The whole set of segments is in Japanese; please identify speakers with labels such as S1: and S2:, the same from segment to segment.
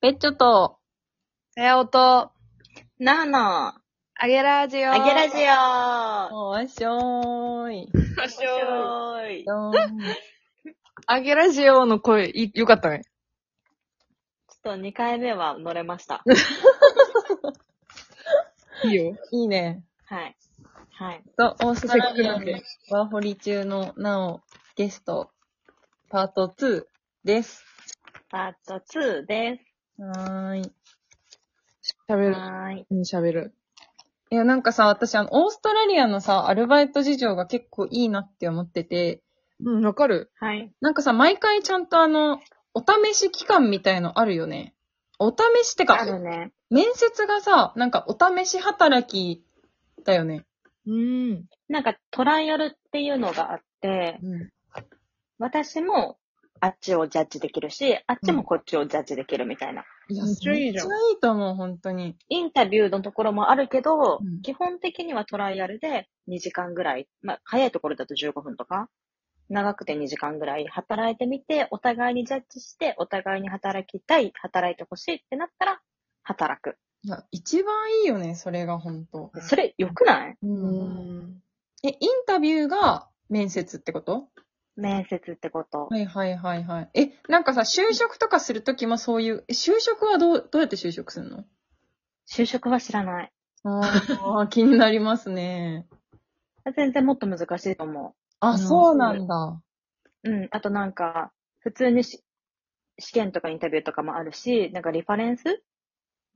S1: ペッチョと、
S2: さやおと、
S1: なーな
S2: あげラジオ。
S3: あげラジ
S1: ー。
S3: オ
S1: おーしょーい。
S3: 面白い。
S1: どーんちょっ
S2: あげラジオの声、いよかったね。
S3: ちょっと2回目は乗れました。
S2: いいよ。
S1: いいね。
S3: はい。はい。
S1: と、オーストラリア
S2: せっかくなん
S1: の
S2: で
S1: ワーホリ中のなおゲスト、パート2です。
S3: パート2で
S1: はーい。
S3: す。
S2: 喋る。
S3: はーい。
S2: うん喋る。
S1: いや、なんかさ、私、あの、オーストラリアのさ、アルバイト事情が結構いいなって思ってて、
S2: うん、わかる。
S3: はい。
S1: なんかさ、毎回ちゃんとあの、お試し期間みたいのあるよね。お試しって
S3: あ
S1: か、
S3: るね。
S1: 面接がさ、なんかお試し働きだよね。
S2: うん。
S3: なんかトライアルっていうのがあって、
S1: うん。
S3: 私もあっちをジャッジできるし、あっちもこっちをジャッジできるみたいな。
S1: いや、
S2: め
S1: め
S2: っ
S1: っち
S2: ち
S1: ゃ
S2: ゃ
S1: い
S2: い
S1: い
S2: いじゃん
S1: と思う、本当に。
S3: インタビューのところもあるけど、
S1: うん
S3: 基本的にはトライアルで2時間ぐらい、まあ、早いところだと15分とか、長くて2時間ぐらい働いてみて、お互いにジャッジして、お互いに働きたい、働いてほしいってなったら、働く。
S1: いや、一番いいよね、それが本当。
S3: それ良くない
S2: うん。
S1: え、インタビューが面接ってこと
S3: 面接ってこと。
S1: はいはいはいはい。え、なんかさ、就職とかするときもそういう、え就職はどう、どうやって就職するの
S3: 就職は知らない。
S1: あ あ、気になりますね。
S3: 全然もっと難しいと思
S1: あ、
S2: うん
S1: そうなんだ。
S3: う。うん。あとなんか、普通にし試験とかインタビューとかもあるし、なんかリファレンスって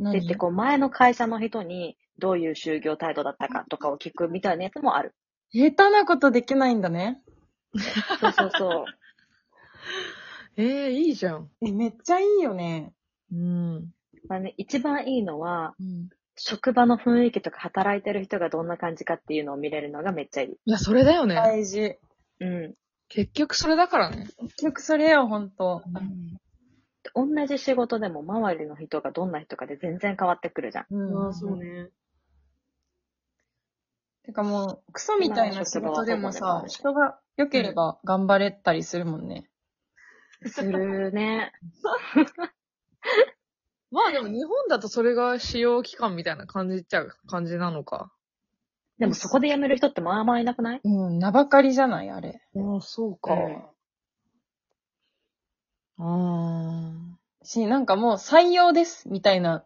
S1: 何
S3: 言って、こう、前の会社の人に、どういう就業態度だったかとかを聞くみたいなやつもあ る。
S1: 下手なことできないんだね。
S3: そうそうそう。
S2: ええいいじゃん。
S1: え、めっちゃいいよね。
S2: うん。
S3: まあね、一番いいのは、
S1: うん。
S3: 職場の雰囲気とか働いてる人がどんな感じかっていうのを見れるのがめっちゃいい。
S2: いや、それだよね。
S1: 大事。
S3: うん。
S2: 結局それだからね。
S1: 結局それよ、本当、
S3: 同じ仕事でも周りの人がどんな人かで全然変わってくるじゃん。
S1: うん
S2: ああ、そうね。
S1: てかもう、クソみたいな仕事でも
S3: 今
S1: さ、
S3: の職
S1: 人が良ければ頑張れたりするもんね。
S3: するね。
S2: まあでも日本だとそれが使用期間みたいな感じっちゃう感じなのか。
S3: でもそこで辞める人ってまあまあいなくない
S1: うん、名ばかりじゃない、あれ。
S2: ああ、そう
S3: か
S2: あ
S1: し、なんかもう採用です、みたいな。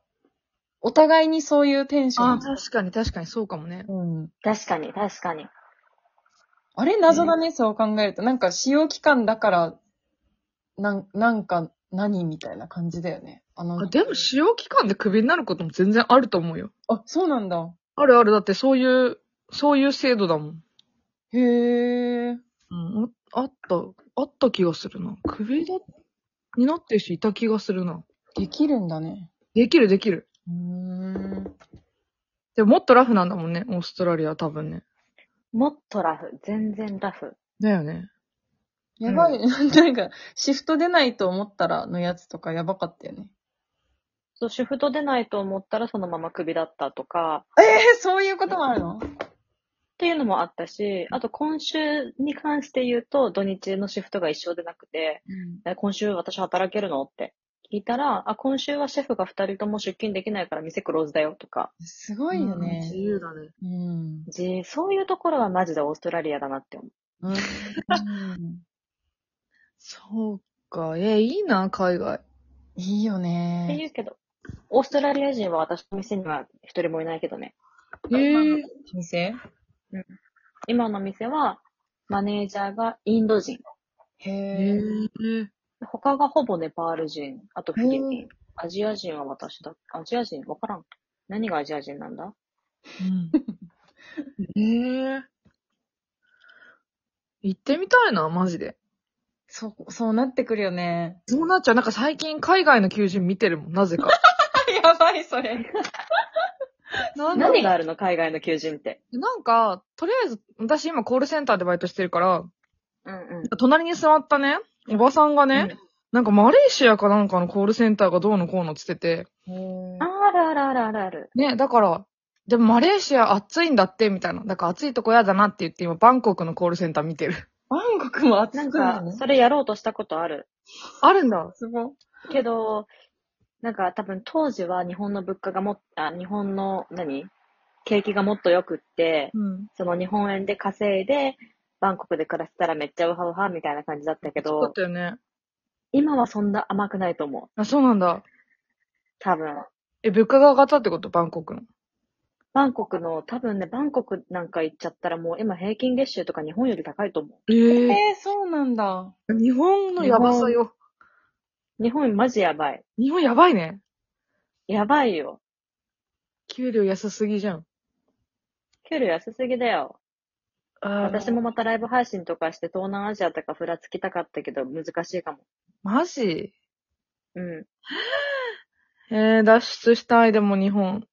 S1: お互いにそういうテンシ
S2: あ。あ
S1: ョ
S2: あ、
S1: ン。
S2: 確かに確かにそうかもね。
S1: うん。
S3: 確かに、確かに。
S1: あれ謎だね、そう考えると。なんか使用期間だから、なん、なんか何みたいな感じだよね。あの
S2: あ、でも使用期間でクビになることも全然あると思うよ。
S1: あ、そうなんだ。
S2: あるある、だってそういう、そういう制度だもん。
S1: へえ。
S2: うん、ああった、あった気がするな。クビだ、になってる人いた気がするな。
S1: できるんだね。
S2: できるできる。
S1: うーん。
S2: でももっとラフなんだもんね、オーストラリアは多分ね。
S3: もっとラフ。全然ラフ。
S2: だよね。
S1: やばい、 なんか、シフト出ないと思ったらのやつとかやばかったよね。
S3: そう、シフト出ないと思ったらそのままクビだったとか、
S1: ええそういうこともあるの
S3: っていうのもあったし、あと今週に関して言うと、土日のシフトが一緒でなくて、え今週私働けるのって聞いたら、あ、今週はシェフが二人とも出勤できないから店クローズだよとか、
S1: すごいよ
S2: 自
S1: ね。
S2: 由だね。
S1: うん。
S3: じそういうところはマジでオーストラリアだなって思う。
S1: うん。
S2: そうか。え、いいな、海外。
S1: いいよ
S3: って
S1: ね。
S3: 言うけど、オーストラリア人は私の店には一人もいないけどね。
S2: へえ。
S1: 店
S3: 今の店は、マネージャーがインド人。
S1: へ
S2: へ
S1: え。
S2: え。
S3: 他がほぼネパール人、あとフィリピン。アジア人は私だ。アジア人わからん。何がアジア人なんだ
S2: うん へえ。行ってみたいな、マジで。
S1: そう、そうなってくるよね。
S2: そうなっちゃう。なんか最近海外の求人見てるもん、なぜか。
S1: やばい、それ。
S2: なんだろう
S3: 何があるの海外の求人って。
S2: なんか、とりあえず、私今コールセンターでバイトしてるから、
S3: うんうん。
S2: 隣に座ったね、おばさんがね、
S3: うん
S2: なんかマレーシアかなんかのコールセンターがどうのこうのっつってて、
S3: あるあるあるあるある。
S2: ね、だから、でもマレーシア暑いんだって、みたいな。だから暑いとこ嫌だなって言って今バンコクのコールセンター見てる。
S1: バンコクも暑
S3: なん
S1: くな
S3: か
S1: る、ね。
S3: それやろうとしたことある。
S2: あるんだ。
S1: すごい。
S3: けど、なんか多分当時は日本の物価がもっ、あ、日本の何景気がもっと良くって、
S2: うん。
S3: その日本円で稼いで、バンコクで暮らせたらめっちゃウハウハみたいな感じだったけ
S2: そうだっ
S3: ど、
S2: たよね。
S3: 今はそんな甘くないと思う。
S2: あ、そうなんだ。
S3: 多分。
S2: え、物価が上がったってことバンコクの。
S3: バンコクの、多分ね、バンコクなんか行っちゃったらもう今平均月収とか日本より高いと思
S2: え
S1: えー、そうなんだ。
S2: ー、日本のやばさよ。
S3: う。日本マジやばい。
S2: 日本やばいね。
S3: やばいよ。
S2: 給料安すぎじゃん。
S3: 給料安すぎだよ。
S2: あ
S3: 私も。またライブ配信とかして東南アジアとかふらつきたかったけど難しいかも。
S2: マジ
S3: うん。
S2: えー、脱出したい、でも日本。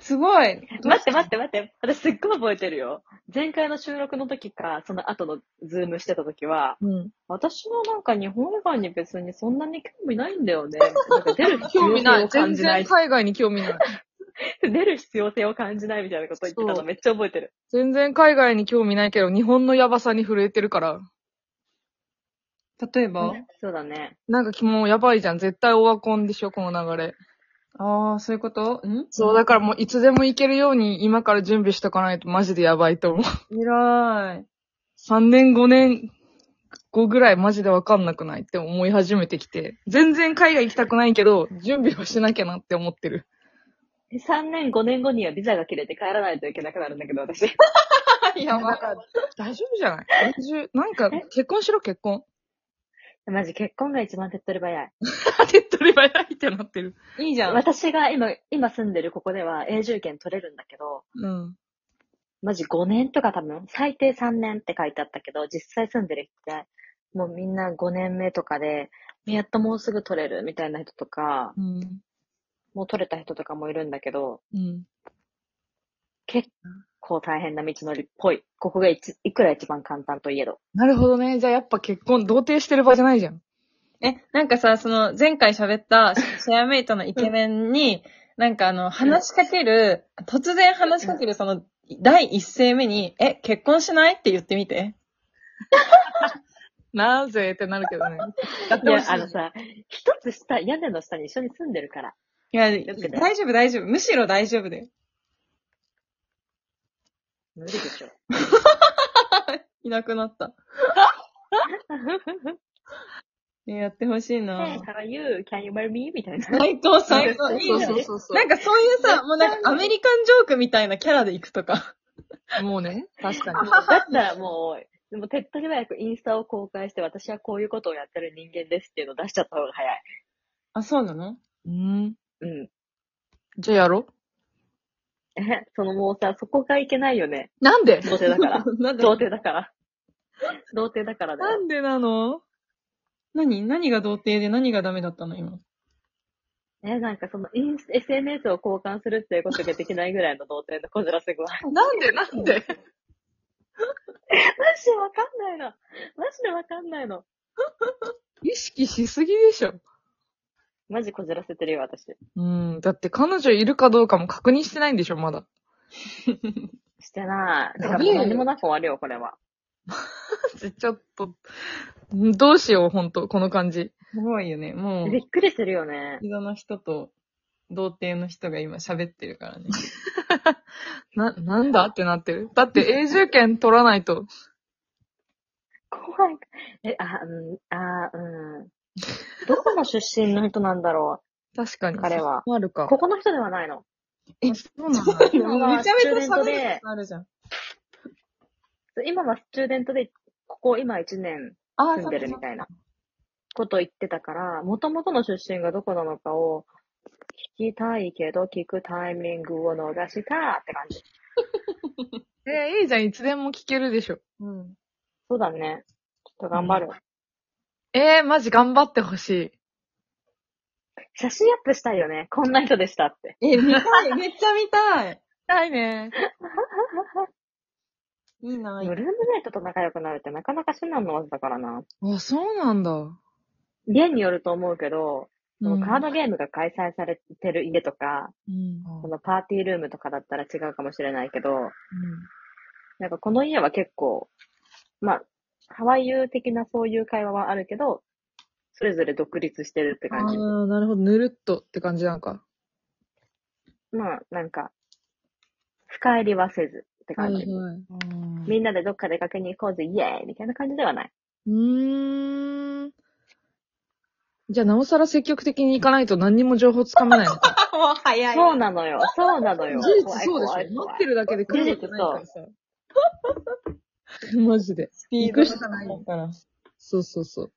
S1: すごい。
S3: 待って待って待って。私すっごい覚えてるよ。前回の収録の時か、その後のズームしてた時は、
S2: うん。
S3: 私もなんか日本以外に別にそんなに興味ないんだよね。なんか出る必
S2: 興
S3: 要
S2: 味な
S3: 性
S2: い
S3: を。感
S2: 全
S3: じな
S2: 然
S3: い。
S2: 海外に興味ない。
S3: 出る必要性を感じないみたいなこと言ってた
S2: そ
S3: の
S2: う
S3: めっちゃ覚えてる。
S2: 全然海外に興味ないけど、日本のやばさに震えてるから。
S1: 例えば、
S3: そうだね。
S2: なんかもうやばいじゃん。絶対オワコンでしょ、この流れ。
S1: ああ、そういうことん
S2: そう、だからもういつでも行けるように今から準備しとかないとマジでやばいと思う。
S1: 偉い。
S2: 3年5年後ぐらいマジでわかんなくないって思い始めてきて、全然海外行きたくないけど、準備をしなきゃなって思って る。
S3: 3年、5年後にはビザが切れて帰らないといけなくなるんだけど、 私。
S1: やばい。
S2: 大丈夫じゃない大丈夫。なんか、結婚しろ、結婚。
S3: マジ結婚が一番手っ取り早い。
S2: 手っ取り早いってなってる。
S1: いいじゃん。
S3: 私が今、今住んでるここでは永住権取れるんだけど、
S2: うん。
S3: マジ5年とか多分、最低3年って書いてあったけど、実際住んでる人って、もうみんな5年目とかで、やっともうすぐ取れるみたいな人とか、
S2: うん。
S3: もう取れた人とかもいるんだけど、
S2: うん。
S3: 結構大変な道のりっぽい。ここがいちいくら一番簡単といえど。
S2: なるほどね。じゃあやっぱ結婚、童貞してる場合じゃないじゃん。
S1: え、なんかさ、その、前回喋ったシシェアメイトのイケメンに、なんかあの、話しかける、突然話しかける、その、第一声目に、え、結婚しないって言ってみて。
S2: なぜってなるけどね。やっ
S3: い
S2: てほ
S3: や
S2: し、い
S3: あのさ、一つ下、屋根の下に一緒に住んでるから。
S1: いや、
S3: よくない
S1: 大丈夫大丈夫。むしろ大丈夫だよ。
S3: 無理でしょ。
S1: いなくなった。えやってほしいな
S3: Hey, how are you? Can you marry me? みたいな。
S1: 最高最高。
S2: そう
S1: いいね
S2: そうそうそう。
S1: なんかそういうさ、もうなんかアメリカンジョークみたいなキャラで行くとか。
S2: もうね、確かに。
S3: だったらもう、でも手っ取り早くインスタを公開して、私はこういうことをやってる人間ですっていうのを出しちゃった方が早い。
S1: あ、そうなの
S2: うん。
S3: うん。
S2: じゃあやろ
S3: え、そのもうさ、そこがいけないよ ね。
S2: う。なんで
S3: 童貞だ から。
S1: なんで
S3: 童貞だから。 童貞だからだ
S2: な
S3: よ。
S2: んでなの
S1: 何何が童貞で何がダメだったの今。
S3: え、なんかそのインス、SNS を交換するっていうことができないぐらいの童貞のこじらせ具合。
S2: なんでなん で
S3: マジでわかんないの。マジでわかんないの。
S2: 意識しすぎでしょ。
S3: マジこじらせてるよ、私。
S2: うん。だって彼女いるかどうかも確認してないんでしょ、まだ。
S3: してない。だか
S2: や
S3: ら
S2: べえよ
S3: 何もなく終わるよ、これは。
S2: ちょっと、どうしよう、ほんと、この感じ。
S1: すごいよね。もう、
S3: びっくりするよね。
S1: 人の人と、童貞の人が今喋ってるからね。
S2: な、なんだってなってる。だって永住権取らないと。
S3: 怖い。え、あ、うん、あ、うん。どこの出身の人なんだろ
S2: 確かに。
S3: 彼は
S2: ある
S3: う。
S2: か。
S3: ここの人ではないの。
S1: え
S2: あそうな んだ。
S1: めちゃめちゃ
S3: スチューデント
S1: 喋る
S3: で
S1: ことあるじゃん。
S3: 今はスチューデントで、ここ今1年
S1: あ
S3: 住んでるみたいなこと言ってたから、元々の出身がどこなのかを聞きたいけど、聞くタイミングを逃したって感じ。
S2: え、いいじゃん、いつでも聞けるでしょ。
S1: うん。
S3: そうだね。ちょっと頑張る。
S2: えー、マジ頑張ってほしい。
S3: 写真アップしたいよね。こんな人でしたって。
S1: え、見たい めっちゃ見たい
S2: ないね。
S1: いいな
S3: ルームメイトと仲良くなるってなかなか至難の技だからな。
S2: あ、そうなんだ。
S3: 家によると思うけど、そのカー
S2: ド。
S3: ドゲームが開催されてる家とか、
S2: うん。
S3: そのパーティールームとかだったら違うかもしれないけど、なんかこの家は結構、まあ、ハワイユ的なそういう会話はあるけど、それぞれ独立してるって
S2: あ
S3: 感じ。
S2: あ、なるほど。ぬるっとって感じなんか。
S3: まあ、なんか、深入りはせずって感じ。
S2: はい。
S3: みんなでどっか出かけに行こうぜ、イエーイみたいな感じではない。
S2: うーん。じゃあ、なおさら積極的に行かないと何にも情報つかめないのか。
S1: あ、もう早い。
S3: そうなのよ、そうなのよ。
S2: 事実
S3: 怖い
S2: そうでし
S3: 怖い
S2: ょ。
S3: 怖
S2: 待っ
S3: い
S2: てるだけで来るわけないから さ。マジで。
S1: スピードがない から。
S2: そうそうそう。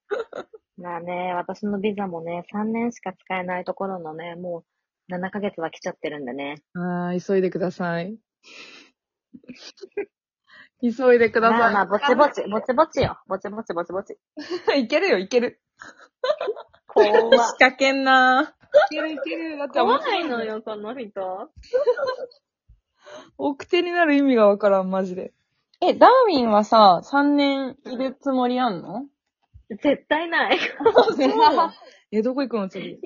S3: まあね、私のビザもね、3年しか使えないところのね、もう7ヶ月は来ちゃってるんでね。
S2: あー急いでください。急いでくだ
S3: まあま
S2: さ
S3: あ、ぼちぼち、ぼちぼちよ。ぼちぼち、ぼちぼち。
S2: い。いけるよ、いける。
S3: 怖い。
S1: 仕掛けんない
S2: ける、いける。だって、
S3: 怖いのよ、この人。
S2: 奥手になる意味がわからん、マジで。
S1: え、ダーウィンはさ、3年いるつもりあんの
S3: 絶対ない。
S2: え、どこ行くの次。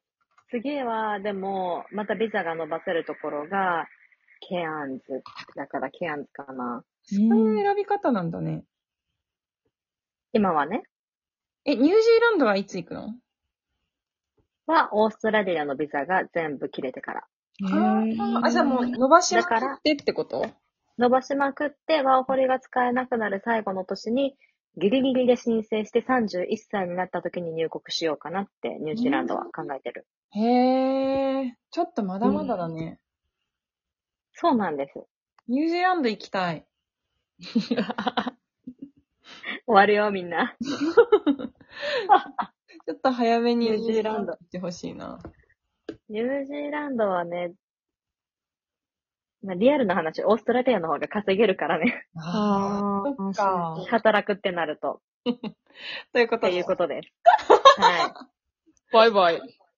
S3: 次は、でも、またビザが伸ばせるところが、ケアンズ。だから、ケアンズかな。
S1: そういう選び方なんだね。
S3: 今はね、
S1: え、ニュージーランドはいつ行くの
S3: は、オーストラリアのビザが全部切れてから。
S2: うん
S1: あーあ、じゃあもう伸ばしまくってってこと
S3: 伸ばしまくって、ワーホリが使えなくなる最後の年に、ギリギリで申請して31歳になった時に入国しようかなって、ニュージーランドは考えてる。
S1: へえ、ちょっとまだまだだね。
S3: そうなんです。
S1: ニュージーランド行きたい。
S3: 終わるよ、みんな。
S1: ちょっと早めに
S3: ニュージーランド
S1: 行ってほしいな。
S3: ニュージーランドはね、まあ、リアルな話、オーストラリアの方が稼げるからね。
S2: あー
S1: そっか
S2: そう
S3: 働くってなると。
S1: ということ
S3: とい
S1: で
S3: う。ことです。はい。
S2: バイバイ。